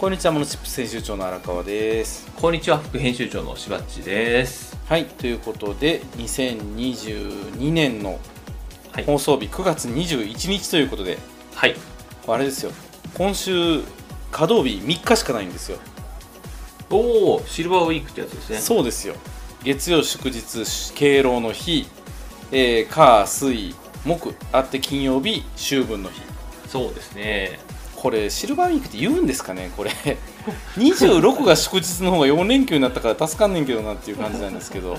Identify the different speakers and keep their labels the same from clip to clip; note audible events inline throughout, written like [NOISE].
Speaker 1: こんにちは、モノチップ編集長の荒川です。
Speaker 2: こんにちは副編集長のしばっちです
Speaker 1: はい、ということで、2022年の
Speaker 2: はい
Speaker 1: 放送日9月21日ということで、
Speaker 2: はい
Speaker 1: あれですよ、今週、稼働日3日しかないんですよ。
Speaker 2: おおシルバーウィークってやつですね
Speaker 1: そうですよ。月曜祝日、敬老の日、えー、火、水、木、あって金曜日、秋分の日。
Speaker 2: そうですね
Speaker 1: これシルバーウィークって言うんですかね [LAUGHS] これ26が祝日の方が4連休になったから助かんねんけどなっていう感じなんですけど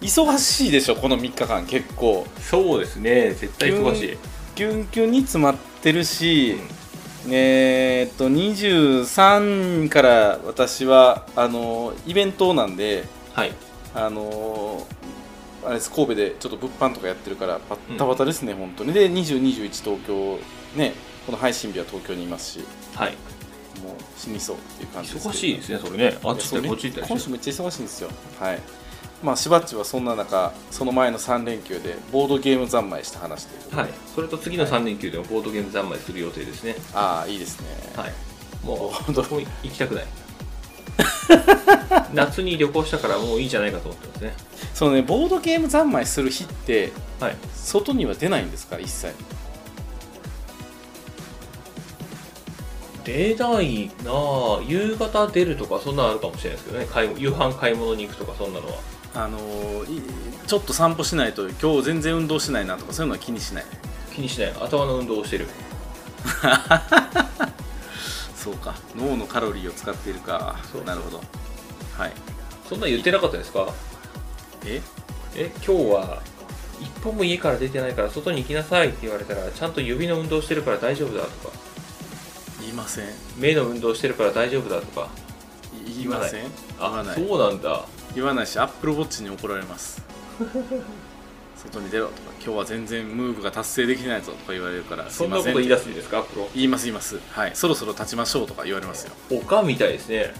Speaker 1: 忙しいでしょこの3日間結構
Speaker 2: そうですね絶対忙しい
Speaker 1: キュンキュンに詰まってるし、えーっと23から私はあのイベントなんで
Speaker 2: はい
Speaker 1: あのあれです神戸でちょっと物販とかやってるからバッタバタですね、本当にで2021東京ねこの配信日は東京にいますし
Speaker 2: はい
Speaker 1: もう死にそうっていう感じですけど
Speaker 2: 忙しいですねそれねあっち行ったりこっち行った
Speaker 1: 今週
Speaker 2: りして
Speaker 1: めっちゃ忙しいんですよはいまあしばっちはそんな中その前の3連休でボードゲーム三昧した話ということで、
Speaker 2: はいそれと次の3連休でもボードゲーム三昧する予定ですね
Speaker 1: ああいいですね、
Speaker 2: はいも
Speaker 1: ボー
Speaker 2: う
Speaker 1: ド
Speaker 2: どこ行きたく [LAUGHS] ない夏に旅行したからもういいんじゃないかと思ってますね
Speaker 1: そのねボードゲーム三昧する日って
Speaker 2: はい
Speaker 1: 外には出ないんですか一切
Speaker 2: 出ないなあ夕方出るとかそんなのあるかもしれないですけどね買い夕飯買い物に行くとかそんなのは
Speaker 1: あのーいちょっと散歩しないと今日全然運動しないなとかそういうのは気にしない
Speaker 2: 気にしない頭の運動をしてる
Speaker 1: そうか脳のカロリーを使っているか
Speaker 2: そう
Speaker 1: なるほどはい
Speaker 2: そんなん言ってなかったですか
Speaker 1: え
Speaker 2: え今日は一歩も家から出てないから外に行きなさいって言われたらちゃんと指の運動してるから大丈夫だとか
Speaker 1: 言いません
Speaker 2: 目の運動してるから大丈夫だとか
Speaker 1: 言いません言わ
Speaker 2: あ
Speaker 1: ない
Speaker 2: そうなんだ
Speaker 1: 言わないしアップルウォッチに怒られます
Speaker 2: [LAUGHS]
Speaker 1: 外に出ろとか今日は全然ムーブが達成できないぞとか言われるから
Speaker 2: そんなこと
Speaker 1: すいま
Speaker 2: 言
Speaker 1: せん
Speaker 2: い出すんですかプロ
Speaker 1: 言います言いますはいそろそろ立ちましょうとか言われますよ
Speaker 2: おかんみたいですね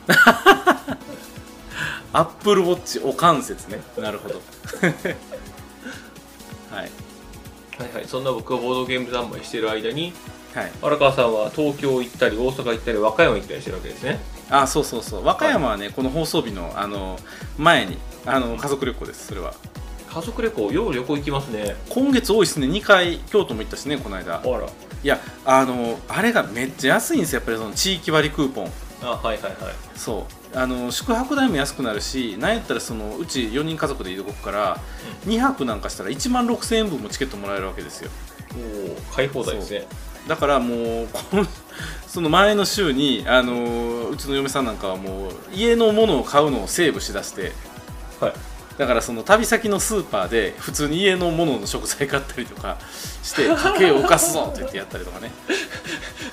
Speaker 1: アップルウォッチお関節ねなるほど [LAUGHS] はい
Speaker 2: [LAUGHS] はいはいそんな僕がボードゲーム三昧してる間に
Speaker 1: はい
Speaker 2: 荒川さんは東京行ったり大阪行ったり和歌山行ったりしてるわけですね
Speaker 1: あそうそうそう和歌山はねこの放送日のあの前にあの家族旅行ですそれは
Speaker 2: 家族旅行よう旅行行きますね
Speaker 1: 今月多いですね2回京都も行ったしねこの間
Speaker 2: あら
Speaker 1: いやあのあれがめっちゃ安いんですよやっぱりその地域割クーポン
Speaker 2: あはいはいはい
Speaker 1: そうあの宿泊代も安くなるしなんやったらそのうち4人家族で移動くから、2泊なんかしたら1万6000円分もチケットもらえるわけですよ
Speaker 2: おお買い放題ですね
Speaker 1: だからもうこのその前の週にあのうちの嫁さんなんかはもう家のものを買うのをセーブしだして
Speaker 2: はい
Speaker 1: だからその旅先のスーパーで普通に家のものの食材買ったりとかして家計を浮かすぞって言ってやったりとかね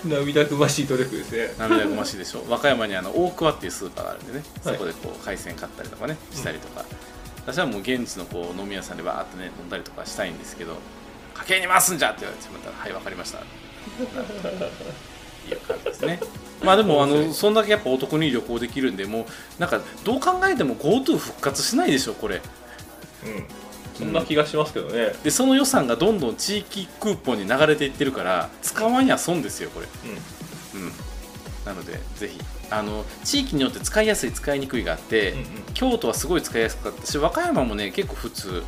Speaker 2: 涙ぐましい努力ですね
Speaker 1: 涙ぐましいでしょ和歌山にあの大桑っていうスーパーがあるんでね、
Speaker 2: はい
Speaker 1: そこでこう海鮮買ったりとかねしたりとか、私はもう現地のこう飲み屋さんでバーってね飲んだりとかしたいんですけど「家計に回すんじゃ!」って言われてしまったら「はいわかりました」っていう感じですねまあでもあのそんだけやっぱお得に旅行できるんでもうなんかどう考えても GoTo 復活しないでしょこれ
Speaker 2: うんそんな気がしますけどね
Speaker 1: でその予算がどんどん地域クーポンに流れていってるから使わんや損ですよこれうん、なのでぜひあの地域によって使いやすい使いにくいがあって、
Speaker 2: うんうん
Speaker 1: 京都はすごい使いやすかったし和歌山もね結構普通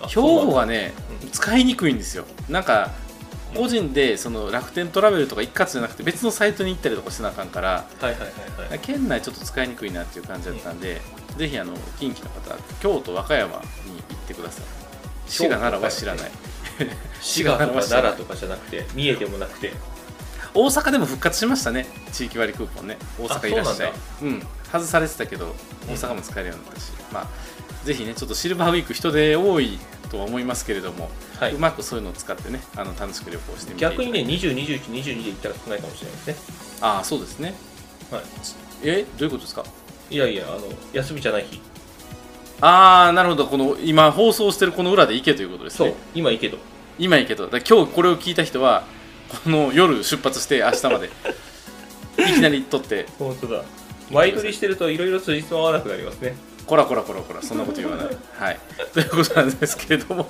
Speaker 2: あ
Speaker 1: 兵
Speaker 2: そうなん
Speaker 1: 庫
Speaker 2: だ
Speaker 1: はね使いにくいんですよなんか個人でその楽天トラベルとか一括じゃなくて別のサイトに行ったりとかしなあかんから
Speaker 2: はいはいはいはい
Speaker 1: 県内ちょっと使いにくいなっていう感じだったんで、ぜひあの近畿の方京都和歌山に行ってください滋賀奈良は知らない
Speaker 2: 滋賀とか奈良とかじゃなくて三重でもなくて
Speaker 1: 大阪でも復活しましたね地域割クーポンね大阪いらっしゃい
Speaker 2: あ
Speaker 1: う、ん、外されてたけど
Speaker 2: うん
Speaker 1: 大阪も使えるようになったし、まあぜひねちょっとシルバーウィーク人で多いとは思いますけれども、
Speaker 2: はいう
Speaker 1: まくそういうのを使ってねあの楽しく旅行してみていただ
Speaker 2: 逆
Speaker 1: いて
Speaker 2: にね202122で行ったら少ないかもしれないですね
Speaker 1: ああそうですね
Speaker 2: はい
Speaker 1: えどういうことですか
Speaker 2: いやいやあの休みじゃない日
Speaker 1: ああなるほどこの今放送してるこの裏で行けということです
Speaker 2: そう
Speaker 1: ね
Speaker 2: 今行けと
Speaker 1: 今行けとだから今日これを聞いた人はこの夜出発して明日まで
Speaker 2: [LAUGHS]
Speaker 1: いきなり撮って
Speaker 2: 本当だ前撮りしてるといろいろつじつま合わなくなりますね
Speaker 1: こらこらこらこらそんなこと言わない、はい、ということなんですけれども、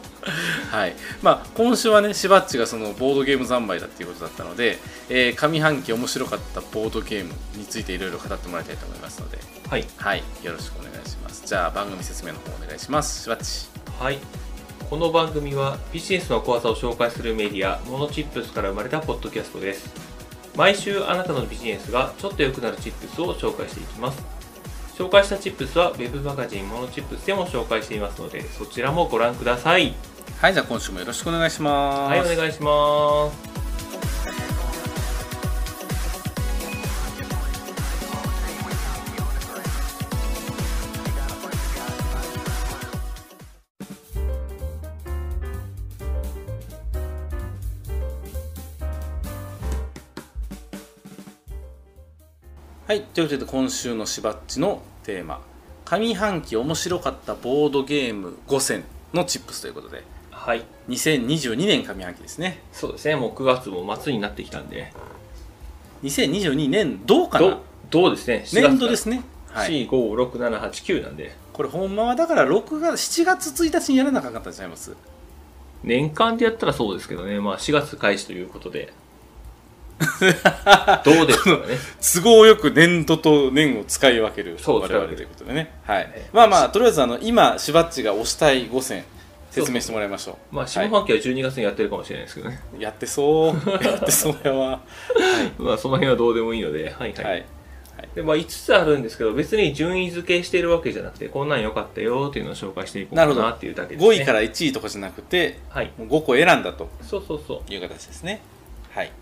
Speaker 1: はいまあ、今週はねしばっちがそのボードゲーム三昧だっていうことだったので、えー上半期面白かったボードゲームについていろいろ語ってもらいたいと思いますので、
Speaker 2: はい
Speaker 1: はい、よろしくお願いしますじゃあ番組説明の方お願いしますしばっち
Speaker 2: はい。この番組はビジネスの怖さを紹介するメディア、モノチップスから生まれたポッドキャストです。毎週あなたのビジネスがちょっと良くなるチップスを紹介していきます。紹介したチップスは Web マガジンモノチップスでも紹介していますので、そちらもご覧ください。
Speaker 1: はいじゃあ今週もよろしくお願いします
Speaker 2: はい、お願いします。
Speaker 1: はい、ということで今週のしばっちのテーマ「上半期面白かったボードゲーム5選」のチップスということで
Speaker 2: はい。
Speaker 1: 2022年上半期ですね
Speaker 2: そうですね、もう9月も末になってきたんで、
Speaker 1: 2022年どうかな
Speaker 2: どどうですね、。
Speaker 1: 年度ですすねはい
Speaker 2: 4、5、6、7、8、9なんで、
Speaker 1: これほんまはだから6月7月1日にやらなあかんかったんちゃい [LAUGHS] ます
Speaker 2: 年間でやったらそうですけどね、まあ、4月開始ということで、どうですか
Speaker 1: [LAUGHS]
Speaker 2: ね、
Speaker 1: 都合よく年度と年を使い分ける
Speaker 2: そう
Speaker 1: 我
Speaker 2: ですね
Speaker 1: 々ということでねはい、
Speaker 2: ええ
Speaker 1: まあまあとりあえずあの今しばっちが推したい5選説明してもらいましょう
Speaker 2: まあ、下半期は12月にやってるかもしれないですけどね、 [LAUGHS]
Speaker 1: やってそう [LAUGHS] やってそうやわ
Speaker 2: まあ、その辺はどうでもいいので、はいはい。
Speaker 1: はい
Speaker 2: でまあ、5つあるんですけど、別に順位付けしてるわけじゃなくて、こんなん良かったよっていうのを紹介していこう
Speaker 1: な
Speaker 2: か
Speaker 1: るほど
Speaker 2: なっていうだけです、ね。
Speaker 1: 5位から1位とかじゃなくて
Speaker 2: はい。
Speaker 1: もう5個選んだと
Speaker 2: そうそうそう。
Speaker 1: いう形ですねはい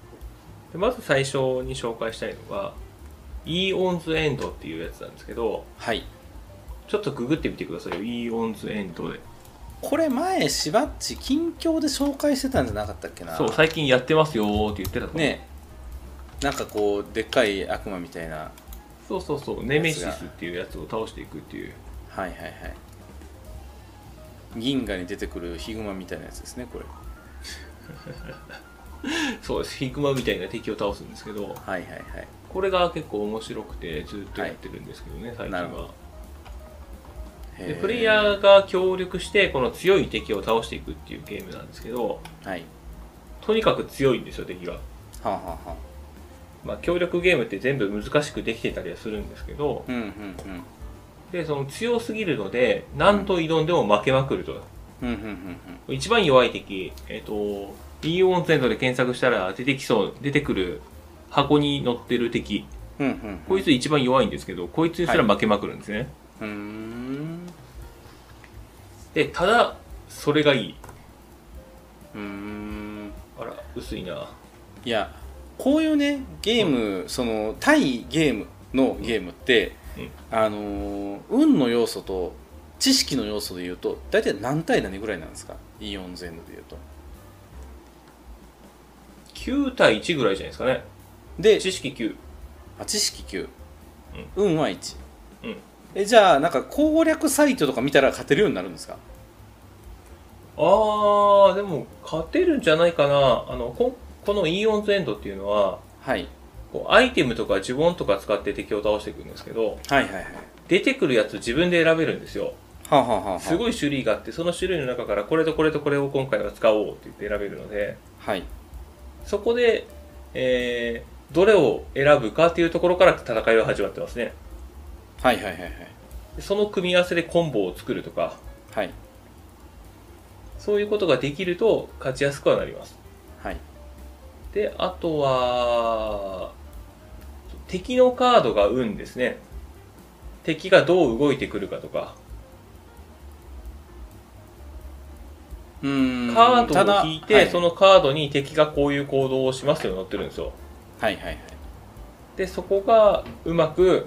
Speaker 2: でまず最初に紹介したいのが、イーオンズエンドっていうやつなんですけど、
Speaker 1: はい
Speaker 2: ちょっとググってみてくださいよ、イーオンズエンドで。
Speaker 1: これ前しばっち近況で紹介してたんじゃなかったっけな
Speaker 2: そう、最近やってますよーって言ってたと思う
Speaker 1: ねえなんかこうでっかい悪魔みたいな
Speaker 2: そうそうそう、ネメシスっていうやつを倒していくっていう。
Speaker 1: はいはいはい銀河に出てくるヒグマみたいなやつですねこれ
Speaker 2: そうです、ヒグマみたいな敵を倒すんですけど、
Speaker 1: はいはいはい
Speaker 2: これが結構面白くて、ずっとやってるんですけどね、最近
Speaker 1: なるほ
Speaker 2: は。
Speaker 1: へ
Speaker 2: で、
Speaker 1: え
Speaker 2: プレイヤーが協力して、この強い敵を倒していくっていうゲームなんですけど、
Speaker 1: はい
Speaker 2: とにかく強いんですよ、敵が。
Speaker 1: はあ、はあはあ、
Speaker 2: まあ、協力ゲームって全部難しくできてたりはするんですけど、
Speaker 1: うんうん
Speaker 2: で、その強すぎるので、何度挑んでも負けまくると。
Speaker 1: うんうんうんうん
Speaker 2: 一番弱い敵、えっ、と、B オンセントで検索したら出てきそう、出てくる箱に乗ってる敵。
Speaker 1: うんうんうん
Speaker 2: こいつ一番弱いんですけど、こいつすら負けまくるんですね。
Speaker 1: うーん
Speaker 2: で、ただ、それがいい。
Speaker 1: うーん
Speaker 2: あら、薄いな。
Speaker 1: いやこういうねゲーム、その対ゲームのゲームって、
Speaker 2: うん
Speaker 1: あのー運の要素と知識の要素でいうと大体何対何ぐらいなんですかイオン全部でいうと
Speaker 2: 9対1ぐらいじゃないですかね。
Speaker 1: で
Speaker 2: 知識9。
Speaker 1: あ知識9、運は1、
Speaker 2: うん
Speaker 1: えじゃあなんか攻略サイトとか見たら勝てるようになるんですか
Speaker 2: あー、でも、勝てるんじゃないかな。あの、ここのイーオンズエンドっていうのは、
Speaker 1: はい、
Speaker 2: こうアイテムとか呪文とか使って敵を倒していくんですけど、
Speaker 1: はいはいはい
Speaker 2: 出てくるやつ自分で選べるんですよ。
Speaker 1: はあ、はあはあはあ、
Speaker 2: すごい種類があって、その種類の中からこれとこれとこれを今回は使おうって言って選べるので、
Speaker 1: はい
Speaker 2: そこで、えー、どれを選ぶかっていうところから戦いは始まってますね。
Speaker 1: はいはいはいはい
Speaker 2: でその組み合わせでコンボを作るとか、
Speaker 1: はい
Speaker 2: そういうことができると勝ちやすくはなります。
Speaker 1: はい
Speaker 2: で、あとは、敵のカードが運ですね。敵がどう動いてくるかとか、
Speaker 1: うーん
Speaker 2: カードを引いて、そ
Speaker 1: の
Speaker 2: のカードに敵がこういう行動をしますよ載ってるんですよ。
Speaker 1: はいはいはい
Speaker 2: でそこがうまく、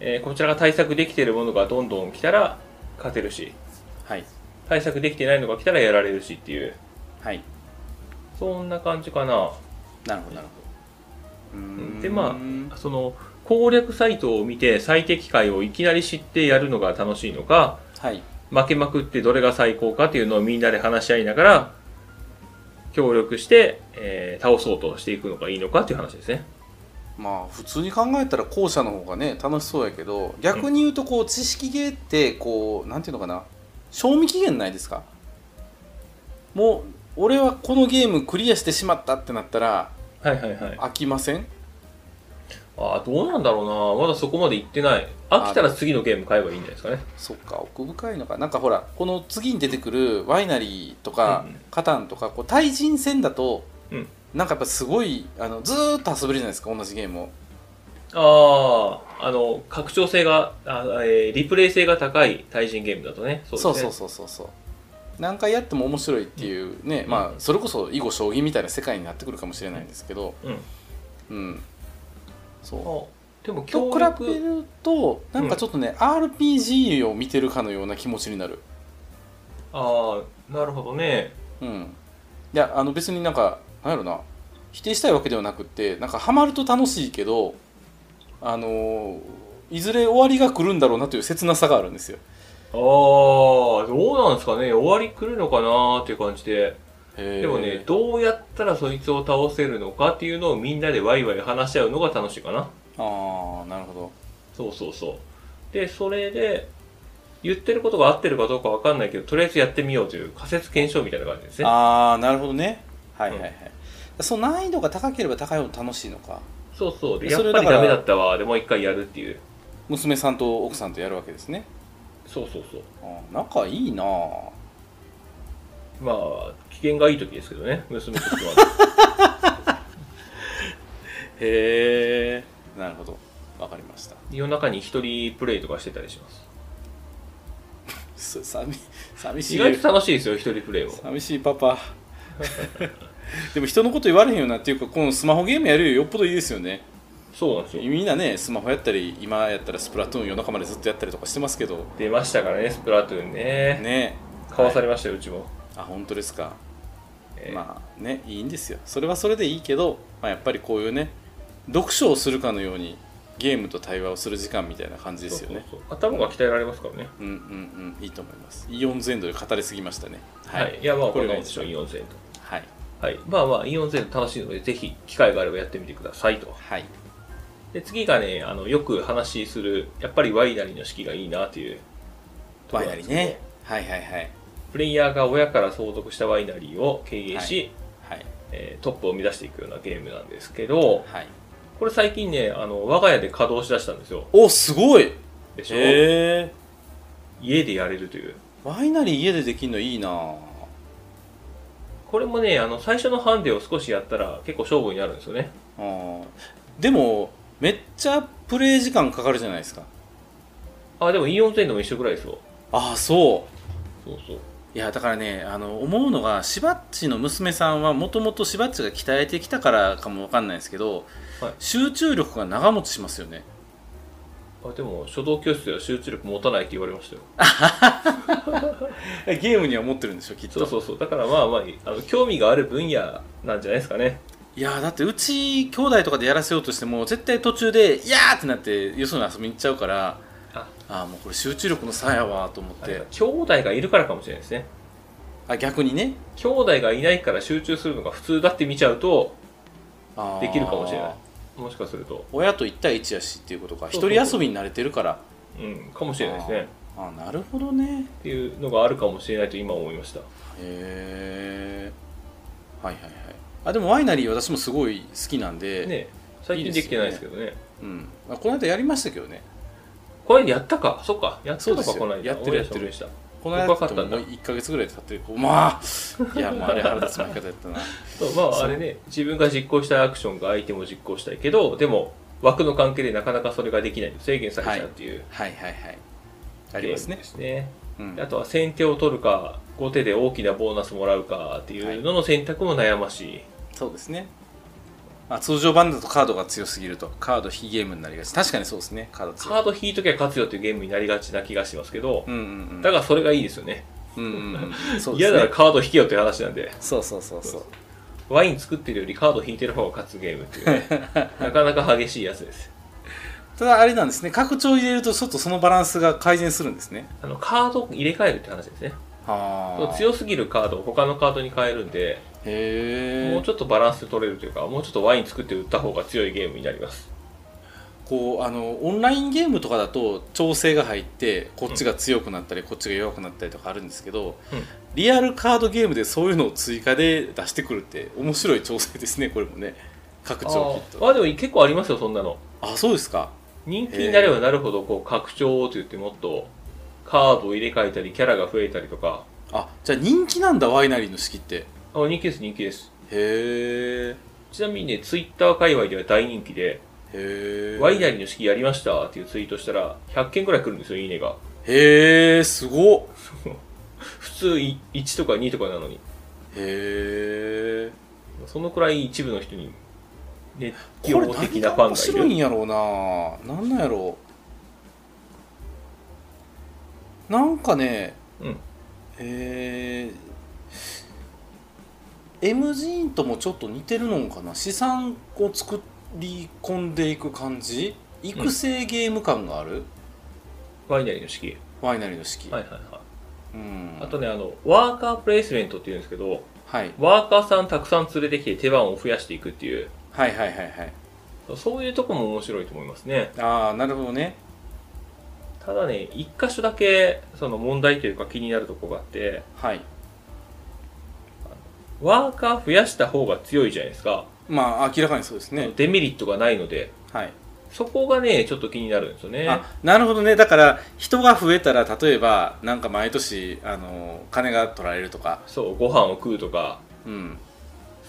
Speaker 2: えーこちらが対策できているものがどんどん来たら勝てるし
Speaker 1: はい
Speaker 2: 対策できてないのが来たらやられるしっていう
Speaker 1: はい
Speaker 2: そんな感じかな
Speaker 1: なるほどなるほどうーん
Speaker 2: でまあその攻略サイトを見て最適解をいきなり知ってやるのが楽しいのか
Speaker 1: はい
Speaker 2: 負けまくってどれが最高かっていうのをみんなで話し合いながら協力して、えー倒そうとしていくのがいいのかっていう話ですね
Speaker 1: まあ普通に考えたら後者の方がね楽しそうやけど逆に言うとこう知識ゲーってこうなんていうのかな賞味期限ないですかもう俺はこのゲームクリアしてしまったってなったら
Speaker 2: はいはいはい
Speaker 1: 飽きません
Speaker 2: ああどうなんだろうなまだそこまで行ってない飽きたら次のゲーム買えばいいんじゃないですかね
Speaker 1: そっか奥深いのかなんかほらこの次に出てくるワイナリーとか、
Speaker 2: うんうん
Speaker 1: カタンとかこう対人戦だと、
Speaker 2: うん
Speaker 1: なんかやっぱすごいあのずーっと遊べるじゃないですか同じゲームを
Speaker 2: あああの拡張性があ、えーリプレイ性が高い対人ゲームだとねそうです
Speaker 1: そ
Speaker 2: ね
Speaker 1: う,、そうそうそうそう何回やっても面白いっていうね、
Speaker 2: うん
Speaker 1: まあそれこそ囲碁将棋みたいな世界になってくるかもしれないんですけど
Speaker 2: うん
Speaker 1: うんそう
Speaker 2: あで
Speaker 1: と
Speaker 2: も協
Speaker 1: 比べ
Speaker 2: 力
Speaker 1: るとなんかちょっとね、RPG を見てるかのような気持ちになる
Speaker 2: ああなるほどね
Speaker 1: うんいやあの別になんかなんやろな否定したいわけではなくってなんかハマると楽しいけどあのーいずれ終わりが来るんだろうなという切なさがあるんですよ
Speaker 2: ああどうなんですかね終わり来るのかなーっていう感じでで
Speaker 1: で
Speaker 2: もねどうやったらそいつを倒せるのかっていうのをみんなでワイワイ話し合うのが楽しいかな
Speaker 1: ああなるほど
Speaker 2: そうそうそうでそれで言ってることが合ってるかどうかわかんないけどとりあえずやってみようという仮説検証みたいな感じですね
Speaker 1: ああなるほどねはいはいはい、その難易度が高ければ高いほど楽しいのか
Speaker 2: そうそうでや
Speaker 1: そ
Speaker 2: っ
Speaker 1: れ
Speaker 2: ぱり
Speaker 1: だから
Speaker 2: ダメだったわでもう一回やるっていう
Speaker 1: 娘さんと奥さんとやるわけですね
Speaker 2: そうそうそう
Speaker 1: あー仲いいなあ
Speaker 2: まあ機嫌がいい時ですけどね娘としては [LAUGHS]
Speaker 1: へえなるほどわかりました
Speaker 2: 夜中に一人プレイとかしてたりします
Speaker 1: す寂寂し
Speaker 2: 意
Speaker 1: い
Speaker 2: 外と楽しいですよ一人プレイも
Speaker 1: 寂しいパ [LAUGHS] パでも人のこと言われへんよなっていうかこのスマホゲームやるよりよっぽどいいですよね
Speaker 2: そうなんですよ
Speaker 1: みんなねスマホやったり今やったらスプラトゥーン夜中までずっとやったりとかしてますけど
Speaker 2: 出ましたからねスプラトゥーンね
Speaker 1: ね
Speaker 2: 買わされましたよ、うちも、
Speaker 1: あ本当ですか
Speaker 2: えー
Speaker 1: まあねいいんですよそれはそれでいいけど、まあ、やっぱりこういうね読書をするかのようにゲームと対話をする時間みたいな感じですよね
Speaker 2: そうそうそう頭が鍛えられますからね
Speaker 1: うんうんうんいいと思いますイオン全土で語りすぎましたね
Speaker 2: は、
Speaker 1: はい
Speaker 2: い、やまあ
Speaker 1: こ
Speaker 2: こ
Speaker 1: れ
Speaker 2: れ
Speaker 1: がい
Speaker 2: が
Speaker 1: い
Speaker 2: で
Speaker 1: で
Speaker 2: し
Speaker 1: し
Speaker 2: ょ
Speaker 1: ょ
Speaker 2: うイオンゼン
Speaker 1: はい
Speaker 2: トはいまあまあイオンゼント楽しいのでぜひ機会があればやってみてくださいと
Speaker 1: はい
Speaker 2: で次がねあのよく話しするやっぱりワイナリーの式がいいなっていうとこ
Speaker 1: ワ
Speaker 2: ろ
Speaker 1: イナ
Speaker 2: なんで
Speaker 1: リー
Speaker 2: すけど
Speaker 1: ねはいはいはい
Speaker 2: プレイヤーが親から相続したワイナリーを経営し、
Speaker 1: はい
Speaker 2: えートップを生み出していくようなゲームなんですけど
Speaker 1: はい
Speaker 2: これ最近ねあの我が家で稼働しだしたんですよ
Speaker 1: おすごい
Speaker 2: でしょ、
Speaker 1: へえ
Speaker 2: 家でやれるという
Speaker 1: ワイナリー家でできるのいいなあ
Speaker 2: これもねあの最初のハンデを少しやったら結構勝負になるんですよね
Speaker 1: ーでもめっちゃプレイ時間かかるじゃないですか
Speaker 2: あでもイオンゼントも一緒ぐらいですよ
Speaker 1: ああそう
Speaker 2: そうそう
Speaker 1: いやだからねあの思うのがしばっちの娘さんはもともとしばっちが鍛えてきたからかもわかんないですけど、
Speaker 2: はい
Speaker 1: 集中力が長持ちしますよね
Speaker 2: あでも書道教室では集中力持たないって言われましたよ
Speaker 1: ゲームには持ってるんでしょきっと
Speaker 2: そうそうそうだからまあまああの興味がある分野なんじゃないですかね
Speaker 1: いやだってうち兄弟とかでやらせようとしても絶対途中で「いやー!」ってなってよそに遊びに行っちゃうから
Speaker 2: あ
Speaker 1: ああもうこれ集中力の差やわと思っ
Speaker 2: で
Speaker 1: て
Speaker 2: 兄弟がいるからかもしれないですね
Speaker 1: あ逆にね
Speaker 2: 兄弟がいないから集中するのが普通だって見ちゃうと
Speaker 1: あー
Speaker 2: できるかもしれないもしかすると
Speaker 1: 親と1対1やしっていうことか
Speaker 2: そ
Speaker 1: 一
Speaker 2: うそう
Speaker 1: 人遊びに慣れてるから
Speaker 2: うんかもしれないですね
Speaker 1: あーなるほどね
Speaker 2: っていうのがあるかもしれないと今思いました
Speaker 1: へえはいはいはいあでもワイナリー私もすごい好きなんで、
Speaker 2: ね最
Speaker 1: い
Speaker 2: 近
Speaker 1: いで
Speaker 2: で
Speaker 1: すよね
Speaker 2: きてないですけどね
Speaker 1: うん、あこの間やりましたけどね
Speaker 2: これやったかそっかやった
Speaker 1: そう
Speaker 2: の
Speaker 1: で
Speaker 2: か
Speaker 1: すよ
Speaker 2: この間
Speaker 1: やってるやってる
Speaker 2: 思い出した思い
Speaker 1: この間
Speaker 2: 僕は勝ったんだ
Speaker 1: もう1か月ぐらい経ってこうまあい [LAUGHS] やもうあれ腹立つ負け方やったな
Speaker 2: 出したそうまああれね自分が実行したいアクションが相手も実行したいけどでも枠の関係でなかなかそれができない制限されちゃうっていう、
Speaker 1: はいはいはいあります
Speaker 2: ゲーム
Speaker 1: ね
Speaker 2: ですね
Speaker 1: うん
Speaker 2: あとは先手を取るか後手で大きなボーナスもらうかっていうのの選択も悩ましい、
Speaker 1: そうですね、まあ、通常版だとカードが強すぎるとカード非ゲームになりがち確かにそうですねカード強
Speaker 2: カ
Speaker 1: い
Speaker 2: ード引いときゃ勝つよっていうゲームになりがちな気がしますけど、
Speaker 1: うんうんうん
Speaker 2: だからそれがいいですよね
Speaker 1: うんうん
Speaker 2: [LAUGHS]
Speaker 1: うんそうで
Speaker 2: 嫌
Speaker 1: す
Speaker 2: なら
Speaker 1: ね
Speaker 2: カード引けよっていう話なんで
Speaker 1: そうそうそうそう [LAUGHS]
Speaker 2: ワイン作ってるよりカード引いてる方が勝つゲームっていうねなかなか激しいやつです
Speaker 1: ただあれなんですね拡張を入れるとちょっとそのバランスが改善するんですね
Speaker 2: あのカードを入れ替えるって話ですね
Speaker 1: はあ
Speaker 2: 強すぎるカードを他のカードに変えるんで
Speaker 1: へ
Speaker 2: もう
Speaker 1: え
Speaker 2: ちょっとバランス取れるというかもうちょっとワイン作って売った方が強いゲームになります
Speaker 1: こうあのオンラインゲームとかだと調整が入ってこっちが強くなったり、こっちが弱くなったりとかあるんですけど、
Speaker 2: うん
Speaker 1: リアルカードゲームでそういうのを追加で出してくるって面白い調整ですねこれもね拡張キッ
Speaker 2: あ
Speaker 1: ト
Speaker 2: あでも結構ありますよそんなの
Speaker 1: あそうですか
Speaker 2: 人気になればなるほどこう拡張といってもっとカードを入れ替えたりキャラが増えたりとか
Speaker 1: あじゃあ人気なんだワイナリーの式ってへ
Speaker 2: あ人気です人気です
Speaker 1: え
Speaker 2: ちなみにねツイッター界隈では大人気で
Speaker 1: へえ
Speaker 2: ワイナリーの式やりましたっていうツイートしたら100件くらい来るんですよいいねが
Speaker 1: へえすごっ
Speaker 2: 普通い1とか2とかなのに
Speaker 1: へえ
Speaker 2: そのくらい一部の人に熱
Speaker 1: これ
Speaker 2: 狂的
Speaker 1: 何
Speaker 2: な
Speaker 1: が
Speaker 2: ファ
Speaker 1: 面
Speaker 2: ン
Speaker 1: 白い
Speaker 2: がい
Speaker 1: ん
Speaker 2: る
Speaker 1: やろうな何なんやろうなんかね
Speaker 2: うん
Speaker 1: えー M ジーンともちょっと似てるのかな資産を作り込んでいく感じ育成ゲーム感がある、
Speaker 2: ワイナリーの式
Speaker 1: ワイナリーの式、
Speaker 2: はいはいはい
Speaker 1: うん
Speaker 2: あとねあのワーカープレイスメントっていうんですけど
Speaker 1: はい、
Speaker 2: ワーカーさんたくさん連れてきて手番を増やしていくっていう
Speaker 1: はいはいはいはい
Speaker 2: そういうとこも面白いと思いますね
Speaker 1: ああなるほどね
Speaker 2: ただね一箇所だけその問題というか気になるとこがあって
Speaker 1: はい
Speaker 2: ワーカー増やした方が強いじゃないですか、
Speaker 1: まあ明らかにそうですね
Speaker 2: デメリットがないので
Speaker 1: はい
Speaker 2: そこがねちょっと気になるんですよね
Speaker 1: あなるほどねだから人が増えたら例えばなんか毎年あの金が取られるとか
Speaker 2: そうご飯を食うとか
Speaker 1: うん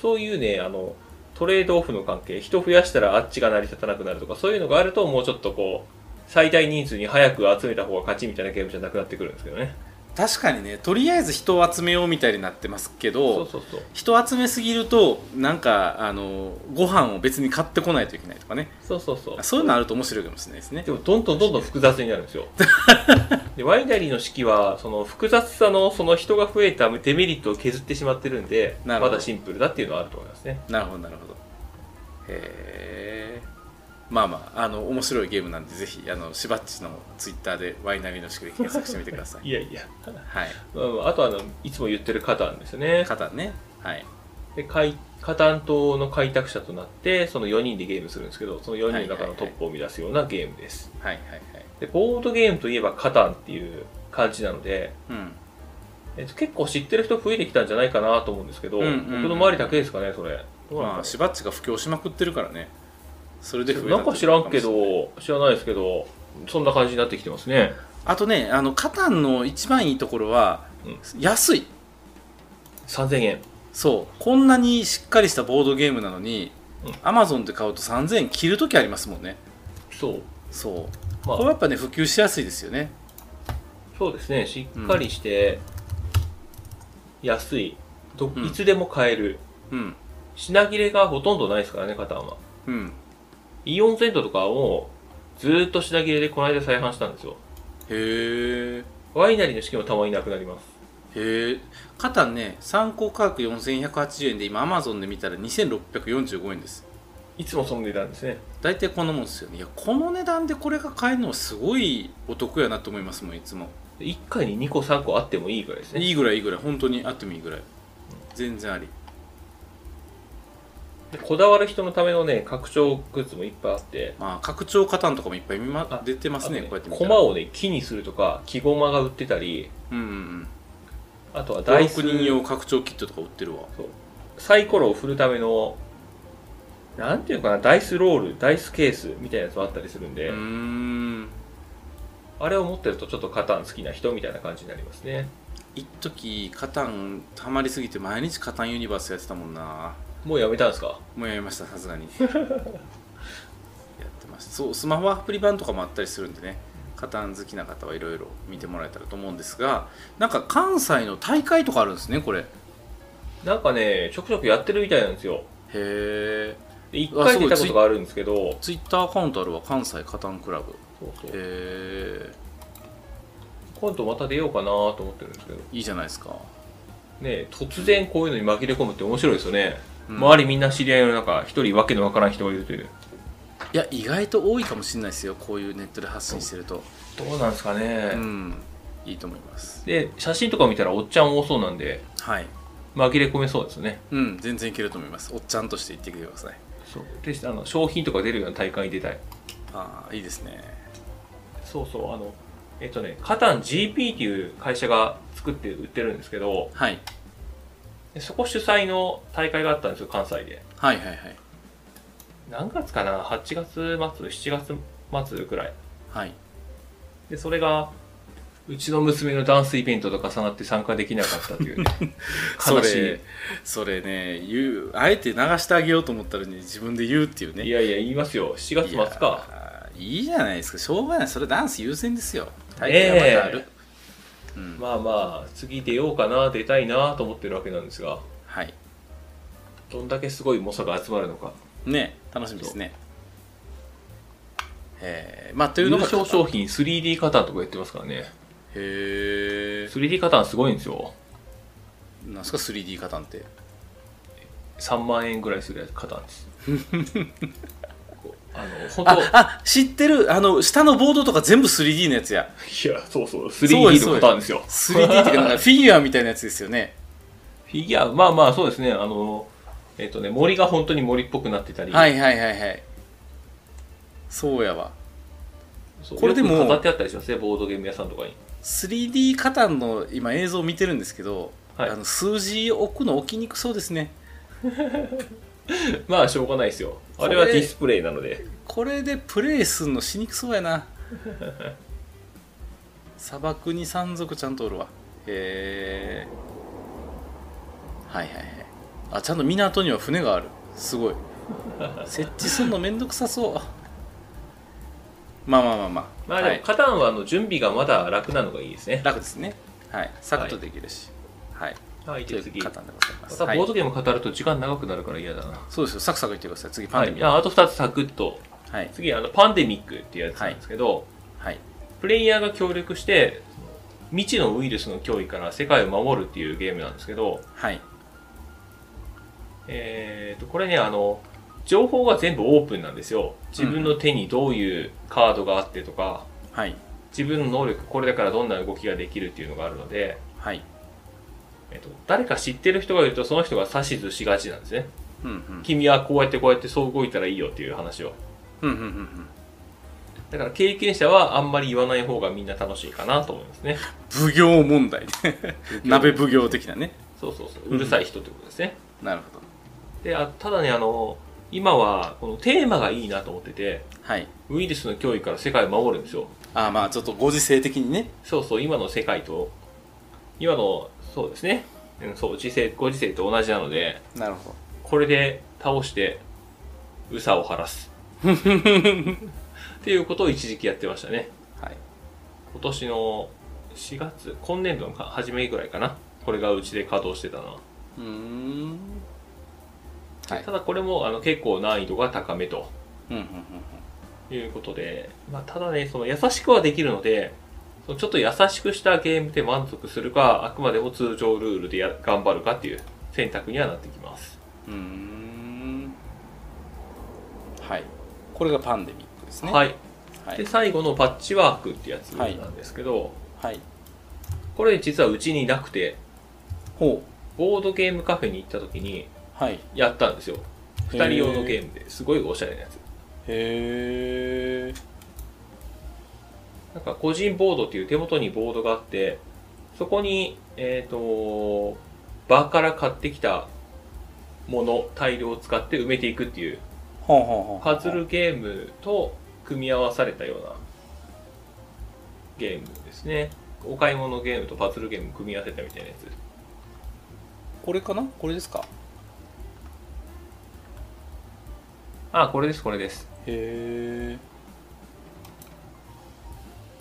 Speaker 2: そういうねあのトレードオフの関係人増やしたらあっちが成り立たなくなるとかそういうのがあるともうちょっとこう最大人数に早く集めた方が勝ちみたいなゲームじゃなくなってくるんですけどね
Speaker 1: 確かにねとりあえず人を集めようみたいになってますけど
Speaker 2: そうそうそう
Speaker 1: 人集めすぎるとなんかあのご飯を別に買ってこないといけないとかね
Speaker 2: そうそうそう
Speaker 1: そういうのあると面白いかもしれないですね
Speaker 2: でもどんどんどんどん複雑になるんですよでワイナリーの式はその複雑さのその人が増えたデメリットを削ってしまってるんで
Speaker 1: な
Speaker 2: ま
Speaker 1: るほど
Speaker 2: だシンプルだっていうのはあると思いますね
Speaker 1: なるほどなるほどへえまあまああの面白いゲームなんでぜひあのしばっちのツイッターでワイナリーの式で検索してみてください
Speaker 2: [LAUGHS] いやいや
Speaker 1: はい
Speaker 2: うんあとはあのいつも言ってるカタンですよね
Speaker 1: 方ねはい
Speaker 2: でかいカタン島の開拓者となってその4人でゲームするんですけどその4人の中のトップを生み出すようなゲームです、
Speaker 1: はいはいはい
Speaker 2: でボードゲームといえばカタンっていう感じなので
Speaker 1: うん
Speaker 2: えっと、結構知ってる人増えてきたんじゃないかなと思うんですけど、
Speaker 1: うんうんうん
Speaker 2: 僕の周りだけですかねそれどうなんだろう
Speaker 1: まあ、しばっちが布教しまくってるからね。それで増えた
Speaker 2: なんか知らんけ
Speaker 1: っていうことかもしれない。
Speaker 2: ど、知らないですけど、そんな感じになってきてますね。
Speaker 1: あとね、あの、カタンの一番いいところは、
Speaker 2: う
Speaker 1: 安い。
Speaker 2: 3000円。
Speaker 1: そう。こんなにしっかりしたボードゲームなのに、
Speaker 2: うん
Speaker 1: Amazon で買うと3000円切るときありますもんね。
Speaker 2: そう。
Speaker 1: そう。
Speaker 2: ま
Speaker 1: これは
Speaker 2: あ、
Speaker 1: やっぱね、普及しやすいですよね。
Speaker 2: そうですね。しっかりして、安い。ど
Speaker 1: うん
Speaker 2: いつでも買える。
Speaker 1: うん。
Speaker 2: 品切れがほとんどないですからね、カタンは。
Speaker 1: うん。
Speaker 2: イオンセントとかはもう、ずーっと品切れでこの間再販したんですよ。
Speaker 1: へえ。
Speaker 2: ワイナリーの資金もたまになくなります。
Speaker 1: へえ。カタンね、参考価格4180円で、今 Amazon で見たら2645円です。
Speaker 2: いつもその値段ですね。
Speaker 1: 大体こんなもんですよね。いや、この値段でこれが買えるのはすごいお得やなと思いますもん、いつも。
Speaker 2: 1回に2個3個あってもいいぐらいですね。
Speaker 1: いいぐらいいいぐらい本当にあってもいいぐらい全然あり
Speaker 2: でこだわる人のためのね、拡張グッズもいっぱいあって、
Speaker 1: まあ拡張カタンとかもいっぱい見ま
Speaker 2: あ
Speaker 1: 出てますね
Speaker 2: あと
Speaker 1: こうやって見た
Speaker 2: 駒
Speaker 1: ら
Speaker 2: をね木にするとか木駒が売ってたり
Speaker 1: うんうんうん
Speaker 2: あとはダイス
Speaker 1: 56人用拡張キットとか売ってるわ
Speaker 2: そうサイコロを振るためのなんていうのかなダイスロールダイスケースみたいなやつもあったりするん
Speaker 1: う
Speaker 2: で、
Speaker 1: ーん
Speaker 2: あれを持ってるとちょっとカタン好きな人みたいな感じになりますね
Speaker 1: 一時カタンハマりすぎて毎日カタンユニバースやってたもんな
Speaker 2: もうやめたんですか
Speaker 1: もうやめましたさすがにやってましたそうスマホアプリ版とかもあったりするんでねカタン好きな方はいろいろ見てもらえたらと思うんですがなんか関西の大会とかあるんですねこれへ
Speaker 2: なんかねちょくちょくやってるみたいなんですよ
Speaker 1: え
Speaker 2: で1回出たことがあるんですけど
Speaker 1: ツイッターアカウントあるわ関西カタンクラブ
Speaker 2: そうそう
Speaker 1: へえ
Speaker 2: 今度また出ようかなと思ってるんですけどね
Speaker 1: いいじゃないですか、
Speaker 2: え突然こういうのに紛れ込むって面白いですよね、
Speaker 1: うん
Speaker 2: 周りみんな知り合いの中一人わけのわからん人がいるという
Speaker 1: いや意外と多いかもしれないですよこういうネットで発信してると
Speaker 2: どうなんですかね、
Speaker 1: うんいいと思います
Speaker 2: で写真とか見たらおっちゃん多そうなんで
Speaker 1: はい
Speaker 2: 紛れ込めそうですね
Speaker 1: うん全然いけると思いますおっちゃんとして言ってきてください
Speaker 2: そうであの商品とか出るような大会に出たい
Speaker 1: ああいいですね
Speaker 2: そうそうあのえっとねカタン GP っていう会社が作って売ってるんですけど
Speaker 1: はい
Speaker 2: でそこ主催の大会があったんですよ関西で
Speaker 1: はいはいはい
Speaker 2: 何月かな8月末7月末くらい
Speaker 1: はい
Speaker 2: でそれがうちの娘のダンスイベントと重なって参加できなかったと [LAUGHS] いうね
Speaker 1: そ
Speaker 2: 悲し
Speaker 1: れそれね言うあえて流してあげようと思ったのに自分で言うっていうね
Speaker 2: いいやいや言いますよ7月末か
Speaker 1: いやいいじゃないですかしょうがないそれダンス優先ですよ大会はまだある、
Speaker 2: ね
Speaker 1: うん
Speaker 2: まあまあ次出ようかな出たいなと思ってるわけなんですが
Speaker 1: はい
Speaker 2: どんだけすごい猛者が集まるのか
Speaker 1: ね楽しみですねえー、まあとい
Speaker 2: 優
Speaker 1: うのが
Speaker 2: 勝商品 3D カタンとかやってますからね
Speaker 1: へえ
Speaker 2: 3D カタンすごいんですよ
Speaker 1: んですか 3D カタンって
Speaker 2: 3万円ぐらいするやつカタンです [LAUGHS] こうあの本当
Speaker 1: ああ知ってるあの下のボードとか全部 3D のやつや
Speaker 2: いやそうそう
Speaker 1: そうです
Speaker 2: 3D のカタンですよ
Speaker 1: 3D っていうかなんかフィギュアみたいなやつですよ
Speaker 2: [LAUGHS]
Speaker 1: ね
Speaker 2: フィギュア、まあまあそうですね、あの、えっ、とね、森が本当に森っぽくなってたり、
Speaker 1: はいはいはいはいそうやわ
Speaker 2: そう
Speaker 1: これでも
Speaker 2: よく飾ってあったりしますね、ボードゲーム屋さんとかに。
Speaker 1: 3D カタンの今映像を見てるんですけど、
Speaker 2: はい
Speaker 1: あの数字置くの置きにくそうですね
Speaker 2: [LAUGHS] まあ、しょうがないですよ。
Speaker 1: こ
Speaker 2: あ
Speaker 1: れ
Speaker 2: れはディスプレイなので。
Speaker 1: これでプレイすんのしにくそうや
Speaker 2: [LAUGHS]
Speaker 1: な砂漠に山賊ちゃんとおるわへえはいはいはいあちゃんと港には船があるすごい設置すんのめんどくさそうまあまあまあまあ、
Speaker 2: まあ
Speaker 1: は
Speaker 2: でも、
Speaker 1: い、
Speaker 2: カタンはあの準備がまだ楽なのがいいですね。
Speaker 1: 楽ですねはいサクッとできるしはい、
Speaker 2: はい、
Speaker 1: と
Speaker 2: じゃあ
Speaker 1: いう
Speaker 2: 次。
Speaker 1: カ
Speaker 2: ま
Speaker 1: タンでございます、
Speaker 2: た
Speaker 1: はい
Speaker 2: ボードゲーム語ると時間長くなるから嫌だな。
Speaker 1: そうですよサクサクいってください次パン
Speaker 2: は
Speaker 1: デミ
Speaker 2: い、
Speaker 1: ッ
Speaker 2: ああと2つサクッと。
Speaker 1: クはい
Speaker 2: 次、あの、パンデミックっていうやつなんですけど、
Speaker 1: はい
Speaker 2: プレイヤーが協力して、未知のウイルスの脅威から世界を守るっていうゲームなんですけど、
Speaker 1: はい
Speaker 2: えー、とこれねあの情報が全部オープンなんですよ自分の手にどういうカードがあってとか、
Speaker 1: はい
Speaker 2: 自分の能力これだからどんな動きができるっていうのがあるので、
Speaker 1: はい
Speaker 2: えっと誰か知ってる人がいるとその人が指図しがちなんですね
Speaker 1: うんうん
Speaker 2: 君はこうやってこうやってそう動いたらいいよっていう話を
Speaker 1: うんうんうんうん
Speaker 2: だから経験者はあんまり言わない方がみんな楽しいかなと思いますね
Speaker 1: 奉行 [LAUGHS] 問題ね鍋奉行的なね
Speaker 2: そうそうそううるさい人ってことですね、
Speaker 1: なるほど
Speaker 2: であただねあの今はこのテーマがいいなと思ってて
Speaker 1: はい
Speaker 2: ウイルスの脅威から世界を守るんですよ
Speaker 1: あーまあちょっとご時世的にね
Speaker 2: そうそう、今の世界と、今の、そうですね。うんそう、時世、ご時世と同じなので、
Speaker 1: なるほ
Speaker 2: これで倒して、うさを晴らす。っていうことを一時期やってましたね。
Speaker 1: どはい
Speaker 2: 今年の4月、今年度のか初めぐらいかな。これがうちで稼働してたな。
Speaker 1: うーんはい
Speaker 2: ただこれもあの結構難易度が高めと
Speaker 1: うんうん
Speaker 2: いうことで、まあ、ただね、その優しくはできるので、そのちょっと優しくしたゲームで満足するか、あくまでも通常ルールでや頑張るかっていう選択にはなってきます。
Speaker 1: うんうんうーんはいこれがパンデミックですねい
Speaker 2: はい。
Speaker 1: は
Speaker 2: で、
Speaker 1: い、
Speaker 2: 最後のパッチワークってやつなんですけど、
Speaker 1: はい、
Speaker 2: これ実はうちになくて、
Speaker 1: ほ
Speaker 2: ボードゲームカフェに行った時に
Speaker 1: うはいへ
Speaker 2: やったんですよ。
Speaker 1: へ
Speaker 2: 二
Speaker 1: ー
Speaker 2: 人用のゲームですごいおしゃれなやつ。
Speaker 1: え
Speaker 2: なんか個人ボードっていう手元にボードがあって、そこに、えっ、と、バーから買ってきたもの、大量を使って埋めていくっていう
Speaker 1: ほうほうほう
Speaker 2: パズルゲームと組み合わされたようなゲームですね。お買い物ゲームとパズルゲーム組み合わせたみたいなやつ。
Speaker 1: これかなこれですか
Speaker 2: あ、これです、これです。
Speaker 1: へえ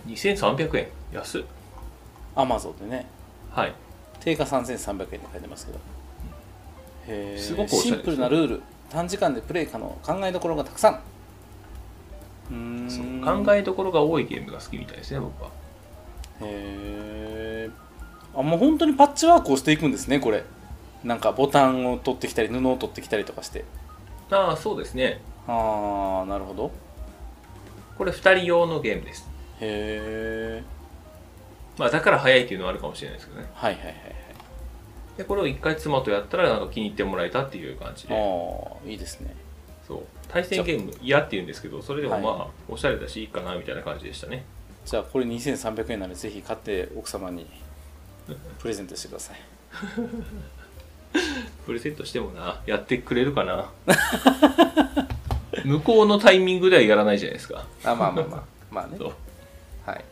Speaker 2: 2300円。安っ。
Speaker 1: アマゾンでね
Speaker 2: はい。
Speaker 1: 定価3300円って書いてますけどへー
Speaker 2: すごくおし
Speaker 1: シ
Speaker 2: ゃれですね
Speaker 1: ンプルなルール短時間でプレイ可能考えどころがたくさんうーん
Speaker 2: そう考えどころが多いゲームが好きみたいですね、僕は。
Speaker 1: へえあもう本当にパッチワークをしていくんですねこれなんかボタンを取ってきたり布を取ってきたりとかして
Speaker 2: ああ、そうですね。
Speaker 1: ああなるほど
Speaker 2: これ二人用のゲームです。
Speaker 1: へえ
Speaker 2: まあ、だから早いっていうのはあるかもしれないですけどね。
Speaker 1: はいはいはいはい
Speaker 2: でこれを一回妻とやったらなんか気に入ってもらえたっていう感じで
Speaker 1: ああいいですね
Speaker 2: そう対戦ゲーム嫌って言うんですけどそれでもまあ、
Speaker 1: は
Speaker 2: おしゃれだしいいかなみたいな感じでしたね
Speaker 1: じゃあこれ2300円なのでぜひ買って奥様にプレゼントしてくだ
Speaker 2: [LAUGHS]
Speaker 1: さい
Speaker 2: プレゼントしてもなやってくれるかな
Speaker 1: [LAUGHS]
Speaker 2: 向こうのタイミングではやらないじゃないですか
Speaker 1: あまあまあまあまあ [LAUGHS] ね
Speaker 2: そう
Speaker 1: はい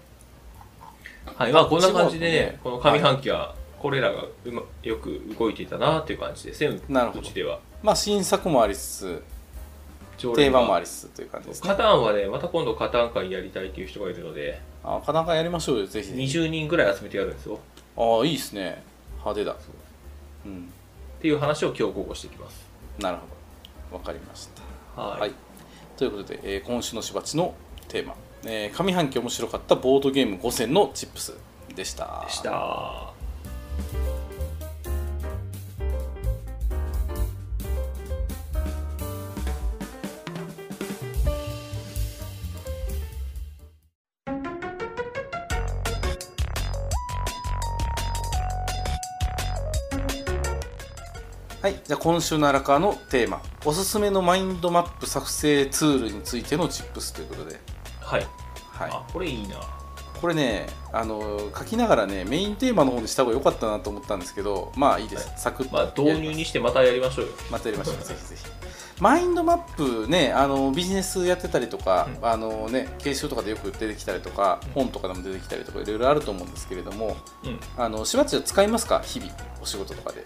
Speaker 2: はいまあこんな感じでね
Speaker 1: こっちもね
Speaker 2: この上半期はこれらがうまよく動いていたなっていう感じで全部
Speaker 1: なるほ
Speaker 2: う
Speaker 1: ど
Speaker 2: ちでは
Speaker 1: まあ新作もありつ
Speaker 2: 常
Speaker 1: つ定番
Speaker 2: は
Speaker 1: もありつつという感じですね
Speaker 2: カタンはねまた今度カタン会やりたいっていう人がいるので
Speaker 1: あなかなかやりましょうよぜひぜひ
Speaker 2: 20人ぐらい集めてやるんですよ
Speaker 1: ああいいですね派手だうん
Speaker 2: っていう話を今日午後していきます
Speaker 1: なるほどわかりました
Speaker 2: はい、
Speaker 1: はい、ということで、えー今週のしばちのテーマ、えー上半期面白かったボードゲーム5選のチップスでした。
Speaker 2: でしたは
Speaker 1: はい、じゃあ今週の荒川のテーマ、おすすめのマインドマップ作成ツールについてのチップスということで、
Speaker 2: い、
Speaker 1: は、
Speaker 2: あこれいいない
Speaker 1: これね、あのー書きながらね、メインテーマの方にした方が良かったなと思ったんですけど、まあいいです、
Speaker 2: は
Speaker 1: サクッと
Speaker 2: まあ
Speaker 1: やり
Speaker 2: 導
Speaker 1: す
Speaker 2: 入にしてまたやりましょうよ
Speaker 1: またやりましょう、ぜひぜひ。マインドマップね、あのビジネスやってたりとか、
Speaker 2: うん
Speaker 1: あのね、研修とかでよく出てきたりとか、
Speaker 2: うん
Speaker 1: 本とかでも出てきたりとか、いろいろあると思うんですけれども、
Speaker 2: うん
Speaker 1: あのしばっちは使いますか、日々、お仕事とかで。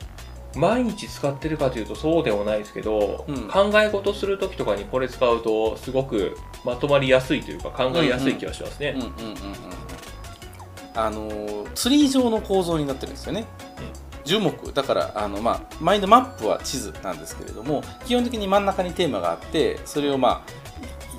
Speaker 2: 毎日使ってるかというとそうでもないですけど、
Speaker 1: うん
Speaker 2: 考え事する時とかにこれ使うとすごくまとまりやすいというか考えやすい気がしますね、
Speaker 1: うんうんうんうんうん。あのツリー状の構造になってるんですよね。樹木だからあの、まあ、マインドマップは地図なんですけれども基本的に真ん中にテーマがあってそれを、ま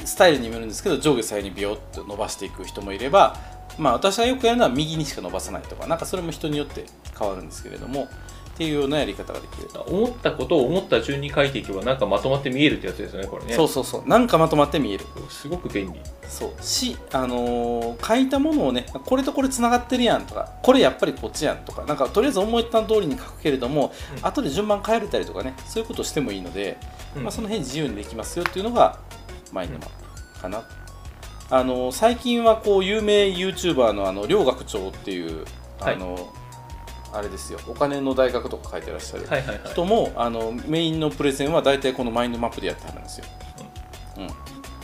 Speaker 1: あ、スタイルにもよるんですけど上下左右にビヨッと伸ばしていく人もいれば、まあ、私はよくやるのは右にしか伸ばさないとかなんかそれも人によって変わるんですけれどもっていうようなやり方ができると。
Speaker 2: 思ったことを思った順に書いていけばなんかまとまって見えるってやつですよねこれね
Speaker 1: そうそうそうなんかまとまって見える
Speaker 2: すごく便利
Speaker 1: そうし、あのー書いたものをねこれとこれつながってるやんとかこれやっぱりこっちやんとかなんかとりあえず思いった通りに書くけれども、
Speaker 2: うん
Speaker 1: 後で順番変えれたりとかねそういうことしてもいいので、
Speaker 2: うん
Speaker 1: まあ、その辺自由にできますよっていうのがマインドマップかな、あの最近はこう有名 YouTuber のあの両学長っていうあの、あれですよお金の大学とか書いてらっしゃる
Speaker 2: はいはいはい
Speaker 1: 人も、あのメインのプレゼンは大体このマインドマップでやってはるんですよ、うん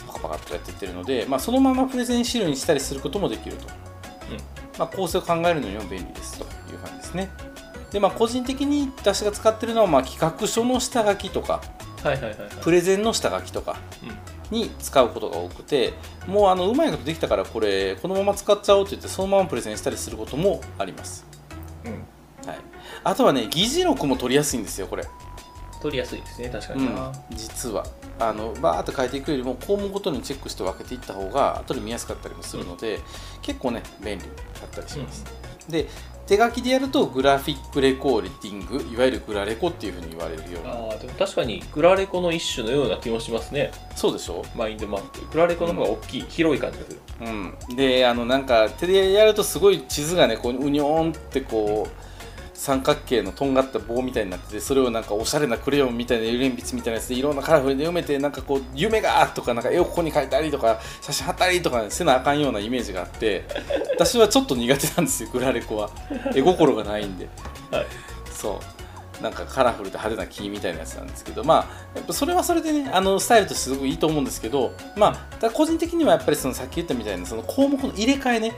Speaker 1: パカパカっとやっていってるので、まあ、そのままプレゼン資料にしたりすることもできると、まあ、構成を考えるのにも便利ですという感じですねでまあ、個人的に私が使ってるのはまあ企画書の下書きとか
Speaker 2: はいはいはいはい
Speaker 1: プレゼンの下書きとかに使うことが多くてもうあのうまいことできたからこれこのまま使っちゃおうって言ってそのままプレゼンしたりすることもあります、
Speaker 2: うんうん
Speaker 1: はい、あとはね議事録も取りやすいんですよこれ、
Speaker 2: 取りやすいですね確か
Speaker 1: う
Speaker 2: に
Speaker 1: ん
Speaker 2: な、、
Speaker 1: 実はあのバーッと変えていくよりも項目ごとにチェックして分けていった方が後で見やすかったりもするので、結構ね便利だったりします、で手書きでやるとグラフィックレコーディングいわゆるグラレコっていうふうに言われるような
Speaker 2: あーでも確かにグラレコの一種のような気もしますね
Speaker 1: そうでしょ
Speaker 2: マインドマップグラレコの方が大きい、広い感じがする
Speaker 1: うん、であのなんか手でやるとすごい地図がねこううにょーんってこう三角形のとんがった棒みたいになっててそれをなんかおしゃれなクレヨンみたいな油鉛筆みたいなやつでいろんなカラフルで埋めてなんかこう夢がとかなんか絵をここに描いたりとか写真貼ったりとかせなあかんようなイメージがあって [LAUGHS] 私はちょっと苦手なんですよグラレコは絵心がないんで、
Speaker 2: はい
Speaker 1: そうなんかカラフルで派手な木みたいなやつなんですけどまあやっぱそれはそれでねあのスタイルとしてすごくいいと思うんですけどまあただ個人的にはやっぱりそのさっき言ったみたいなその項目の入れ替えね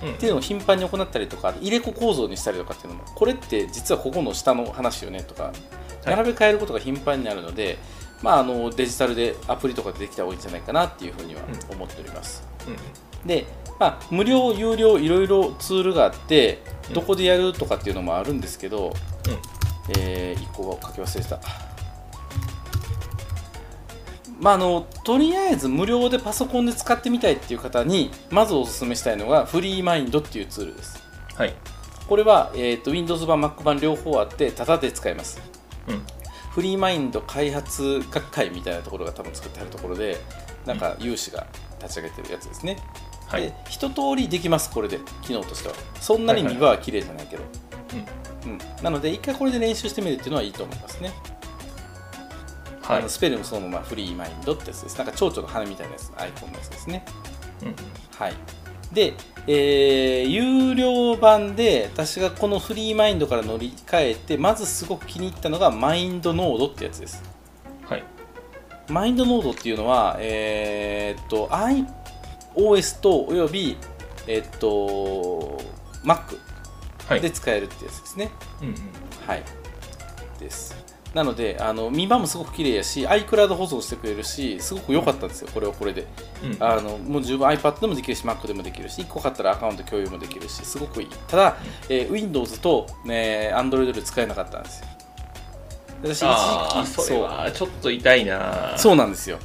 Speaker 2: うん
Speaker 1: っていうのを頻繁に行ったりとか入れ子構造にしたりとかっていうのもこれって実はここの下の話よねとか
Speaker 2: はい
Speaker 1: 並べ替えることが頻繁になるので、まあ、あのデジタルでアプリとかでできた方がいいんじゃないかなっていうふうには
Speaker 2: う
Speaker 1: 思っております。
Speaker 2: うん
Speaker 1: で、まあ、無料有料いろいろツールがあって
Speaker 2: うん
Speaker 1: どこでやるとかっていうのもあるんですけど、
Speaker 2: うん
Speaker 1: え1個は書き忘れてた。まあ、あのとりあえず無料でパソコンで使ってみたいっていう方にまずおすすめしたいのがフリーマインドっていうツールです
Speaker 2: はい
Speaker 1: これは、えー、と Windows 版 Mac 版両方あってタダで使えます
Speaker 2: うん
Speaker 1: フリーマインド開発学会みたいなところが多分作ってあるところでなんか有志が立ち上げてるやつですね、
Speaker 2: はい
Speaker 1: で一通りできますこれで機能としてはそんなに見栄は綺麗じゃないけど、
Speaker 2: うん
Speaker 1: うん、なので一回これで練習してみるっていうのはいいと思いますね、
Speaker 2: は
Speaker 1: あ
Speaker 2: い
Speaker 1: のスペルもそのままフリーマインドってやつですなんか蝶々の羽みたいなやつアイコンのやつですね
Speaker 2: うん
Speaker 1: はいで、えー有料版で私がこのフリーマインドから乗り換えてまずすごく気に入ったのがマインドノードってやつです
Speaker 2: はい
Speaker 1: マインドノードっていうのは、えーっと、iOS とおよび、えっと、Mac
Speaker 2: はい
Speaker 1: で使えるってやつですね。
Speaker 2: うんうん
Speaker 1: はい。です。なので、あの見場もすごく綺麗やし、iCloud 保存してくれるし、すごく良かったんですよ、これはこれで。
Speaker 2: うん
Speaker 1: あのもう十分 iPad でもできるし、Mac でもできるし、1個買ったらアカウント共有もできるし、すごくいい。ただ、えー Windows と、ね、Android で使えなかったんですよ。私、
Speaker 2: あ
Speaker 1: 一
Speaker 2: あ
Speaker 1: 時期
Speaker 2: それはちょっと痛いな
Speaker 1: そう
Speaker 2: う
Speaker 1: なんですよ、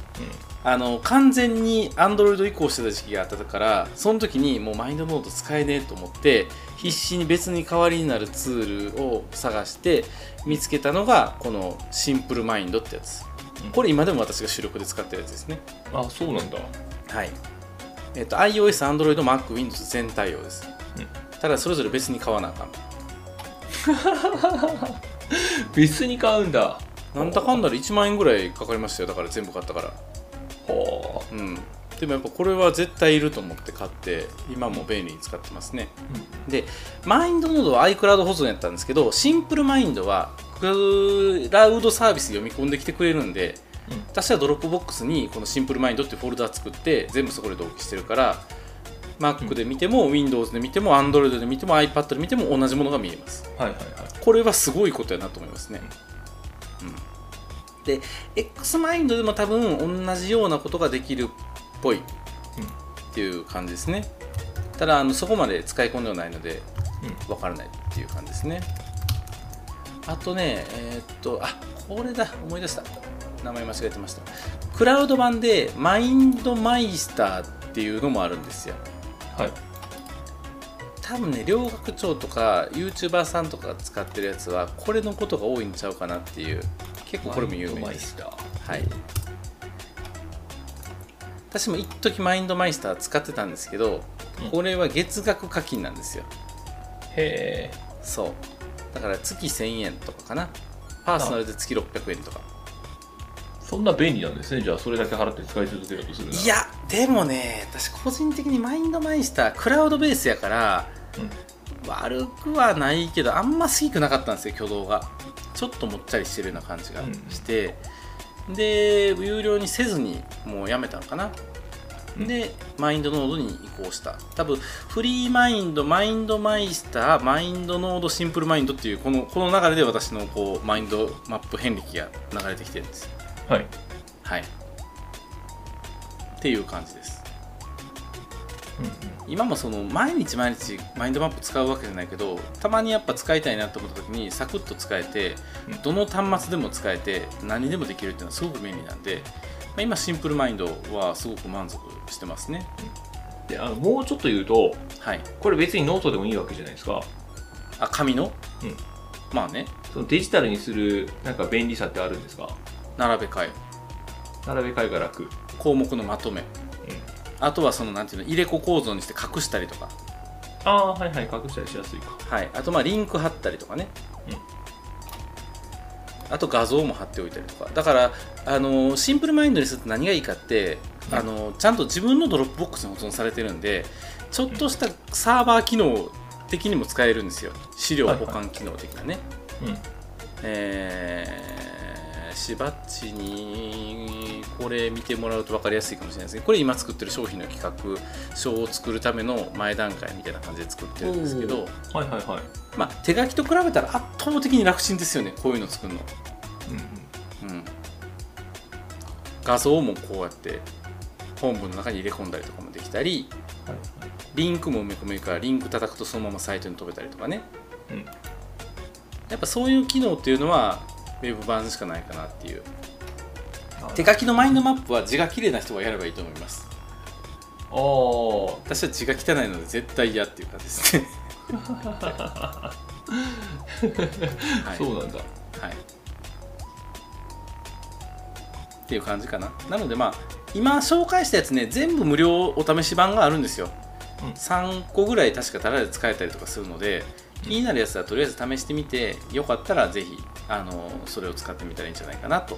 Speaker 1: あの完全に Android 移行してた時期があったからその時にもうマインドモード使えねえと思って必死に別に代わりになるツールを探して見つけたのがこのシンプルマインドってやつ
Speaker 2: うん
Speaker 1: これ今でも私が主力で使ってるやつですね
Speaker 2: あそうなんだ
Speaker 1: はいえっと iOS、Android、Mac、Windows 全対応です、
Speaker 2: うん
Speaker 1: ただそれぞれ別に買わなあかん
Speaker 2: 別に買うんだ
Speaker 1: なんだかんだで1万円ぐらいかかりましたよだから全部買ったから
Speaker 2: ほう
Speaker 1: うん、でもやっぱこれは絶対いると思って買って今も便利に使ってますねでマインドモードは iCloud 保存やったんですけどシンプルマインドはクラウドサービス読み込んできてくれるんで
Speaker 2: うん
Speaker 1: 私はドロップボックスにこのシンプルマインドってフォルダ作って全部そこで同期してるから Mac で見ても Windows で見ても Android で見ても iPad で見ても同じものが見えます
Speaker 2: はいはいはい
Speaker 1: これはすごいことやなと思いますね。うん、で X マインドでも多分同じようなことができるっぽいっていう感じですね。ただあのそこまで使い込んではないので
Speaker 2: う
Speaker 1: 分からないっていう感じですね。あとね、えーっと、あこれだ、思い出した。名前間違えてました。クラウド版でマインドマイスターっていうのもあるんですよ。
Speaker 2: はい
Speaker 1: 多分ね両学長とか YouTuber さんとかが使ってるやつはこれのことが多いんちゃうかなっていう結構これも有名
Speaker 2: マイ
Speaker 1: で
Speaker 2: ス
Speaker 1: す
Speaker 2: ター
Speaker 1: はい私も一時マインドマイスター使ってたんですけど
Speaker 2: うん
Speaker 1: これは月額課金なんですよ
Speaker 2: へえ
Speaker 1: そうだから月1000円とかかなパーソナルで月600円とか
Speaker 2: そんな便利なんですねじゃあそれだけ払って使い続けようとするなら
Speaker 1: いやでもね私個人的にマインドマイスタークラウドベースやから
Speaker 2: うん
Speaker 1: 悪くはないけどあんま好きくなかったんですよ挙動がちょっともっちゃりしてるような感じがして、で有料にせずにもうやめたのかな、
Speaker 2: うん
Speaker 1: でマインドノードに移行した多分フリーマインドマインドマイスターマインドノードシンプルマインドっていうこのこの流れで私のこうマインドマップ遍歴が流れてきてるんです
Speaker 2: はい
Speaker 1: はいっていう感じです
Speaker 2: うん
Speaker 1: 今もその毎日毎日マインドマップ使うわけじゃないけどたまにやっぱ使いたいなと思った時にサクッと使えて
Speaker 2: うん
Speaker 1: どの端末でも使えて何でもできるっていうのはすごく便利なんで、まあ、今シンプルマインドはすごく満足してますね
Speaker 2: うんであのもうちょっと言うと
Speaker 1: はい
Speaker 2: これ別にノートでもいいわけじゃないですか
Speaker 1: あ紙の、
Speaker 2: うん
Speaker 1: まあね
Speaker 2: そのデジタルにするなんか便利さってあるんですか
Speaker 1: 並べ替え
Speaker 2: 並べ替えが楽、うん、
Speaker 1: 項目のまとめあとはそのなんていうの入れ子構造にして隠したりとか
Speaker 2: ああはいはい隠したりしやすいか
Speaker 1: はいあとまあリンク貼ったりとかね
Speaker 2: うん
Speaker 1: あと画像も貼っておいたりとかだからあのシンプルマインドにすると何がいいかって、
Speaker 2: うん
Speaker 1: あのちゃんと自分のドロップボックスに保存されてるんでちょっとしたサーバー機能的にも使えるんですよ資料保管機能的なね、
Speaker 2: うん
Speaker 1: えー、しばっちにこれ見てもらうと分かりやすいかもしれないですけどこれ今作ってる商品の企画書を作るための前段階みたいな感じで作ってるんですけど、
Speaker 2: はいはいはい
Speaker 1: まあ、手書きと比べたら圧倒的に楽ちんですよねこういうの作るの、
Speaker 2: うんうん
Speaker 1: うん、画像もこうやって本文の中に入れ込んだりとかもできたり
Speaker 2: はい
Speaker 1: リンクも埋め込めるからリンク叩くとそのままサイトに飛べたりとかね
Speaker 2: はいうん
Speaker 1: やっぱそういう機能っていうのはウェブ版しかないかなっていう
Speaker 2: あ
Speaker 1: 手書きのマインドマップは字が綺麗な人がやればいいと思います
Speaker 2: あー
Speaker 1: 私は字が汚いので絶対嫌っていう感じです
Speaker 2: [LAUGHS]
Speaker 1: ねはい、
Speaker 2: そうなんだ
Speaker 1: はい、っていう感じかななのでまあ今紹介したやつね全部無料お試し版があるんですよ、
Speaker 2: うん
Speaker 1: 3個ぐらい確かタダで使えたりとかするので気になるやつはとりあえず試してみてよかったらぜひあのそれを使ってみたらいいんじゃないかなと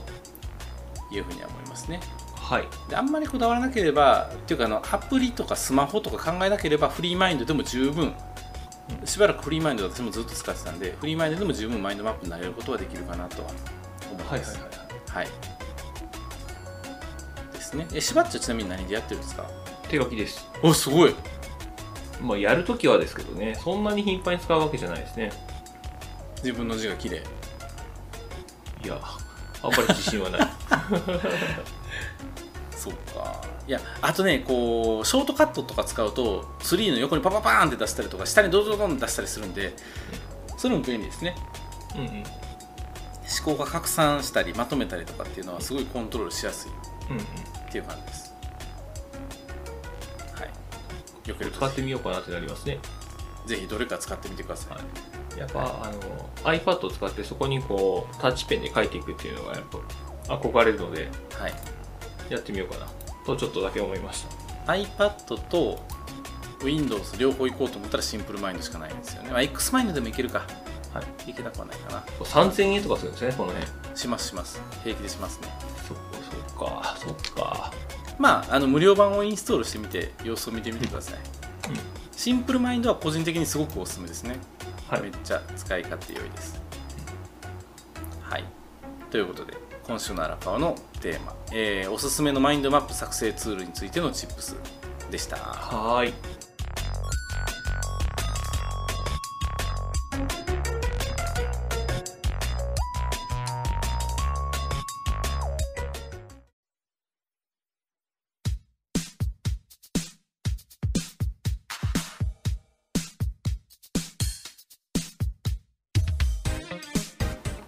Speaker 1: いうふうには思いますね
Speaker 2: はい
Speaker 1: であんまりこだわらなければっていうかあのアプリとかスマホとか考えなければフリーマインドでも十分しばらくフリーマインド私もずっと使ってたんでフリーマインドでも十分マインドマップになれることはできるかなとは思い
Speaker 2: はいはい
Speaker 1: ますはいですねえしばっちはちなみに何でやってるんですか
Speaker 2: 手書きです
Speaker 1: おすごい
Speaker 2: まあやるときはですけどねそんなに頻繁に使うわけじゃないですね
Speaker 1: 自分の字が綺麗
Speaker 2: いやあんまり自信
Speaker 1: [LAUGHS]
Speaker 2: はない
Speaker 1: そうかいやあとねこうショートカットとか使うとツリーの横にパパパーンって出したりとか下にドドドンって出したりするんでそれも便利ですね
Speaker 2: うんうん
Speaker 1: 思考が拡散したりまとめたりとかっていうのはすごいコントロールしやすい
Speaker 2: うん
Speaker 1: っていう感じですはいよけ
Speaker 2: う
Speaker 1: れ
Speaker 2: ん使
Speaker 1: ば
Speaker 2: ってみようかなってなりますね
Speaker 1: ぜひどれか使ってみてください、
Speaker 2: はいやっぱあの iPad を使ってそこにこうタッチペンで書いていくっていうのがやっぱ憧れるので
Speaker 1: はい
Speaker 2: やってみようかなとちょっとだけ思いました
Speaker 1: iPad と Windows 両方行こうと思ったらシンプルマインドしかないんですよね、まあ、X マインドでもいけるか
Speaker 2: はい
Speaker 1: いけなくはないかな
Speaker 2: 3000円とかするんですねこの辺
Speaker 1: しますします平気でしますね
Speaker 2: そっかそっかそっか
Speaker 1: まああの無料版をインストールしてみて様子を見てみてください
Speaker 2: うん
Speaker 1: シンプルマインドは個人的にすごくおすすめですね
Speaker 2: は
Speaker 1: めっ
Speaker 2: い
Speaker 1: ちゃ使い勝手良いです。はい。ということで、今週の荒川のテーマ、えーおすすめのマインドマップ作成ツールについてのチップスでした。
Speaker 2: はーい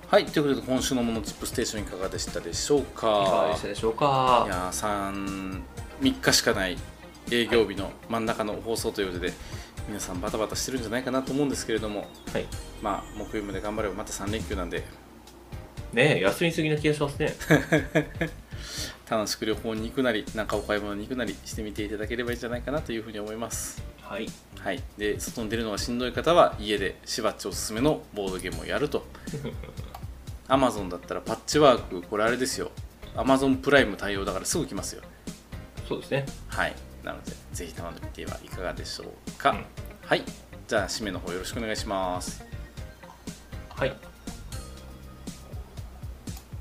Speaker 1: はい。ということで、今週のものチップステーションいかがでしたでしょう
Speaker 2: いかが
Speaker 1: か
Speaker 2: でし。たでしょう
Speaker 1: い
Speaker 2: か
Speaker 1: やー、3、3日しかない営業日の真ん中の放送ということで、皆さんバタバタしてるんじゃないかなと思うんですけれども、
Speaker 2: はい
Speaker 1: まあ、木曜日まで頑張ればまた3連休なんで、
Speaker 2: ねえ休みすぎな気がしますね
Speaker 1: 楽しく旅行に行くなり、なんかお買い物に行くなりしてみていただければいいんじゃないかなというふうに思います。
Speaker 2: はい
Speaker 1: はい、で外に出るのがしんどい方は家でしばっちおすすめのボードゲームをやる [LAUGHS] と Amazon だったらパッチワークこれあれですよ Amazon プライム対応だからすぐ来ますよ
Speaker 2: そうですね
Speaker 1: はいなのでぜひ頼んでみてはいかがでしょうか、
Speaker 2: うん
Speaker 1: はいじゃあ締めの方よろしくお願いします
Speaker 2: はい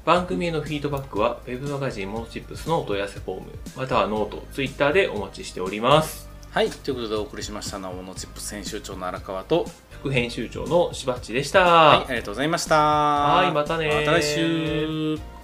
Speaker 2: 番組へのフィードバックは Web マガジンモノチップスのお問い合わせフォームまたはノート、Twitter でお待ちしております
Speaker 1: はいということでお送りしました「なおのチップ編集長の荒川」と
Speaker 2: 副編集長のしばっちでした、
Speaker 1: はいありがとうございました
Speaker 2: いまたねー
Speaker 1: また来週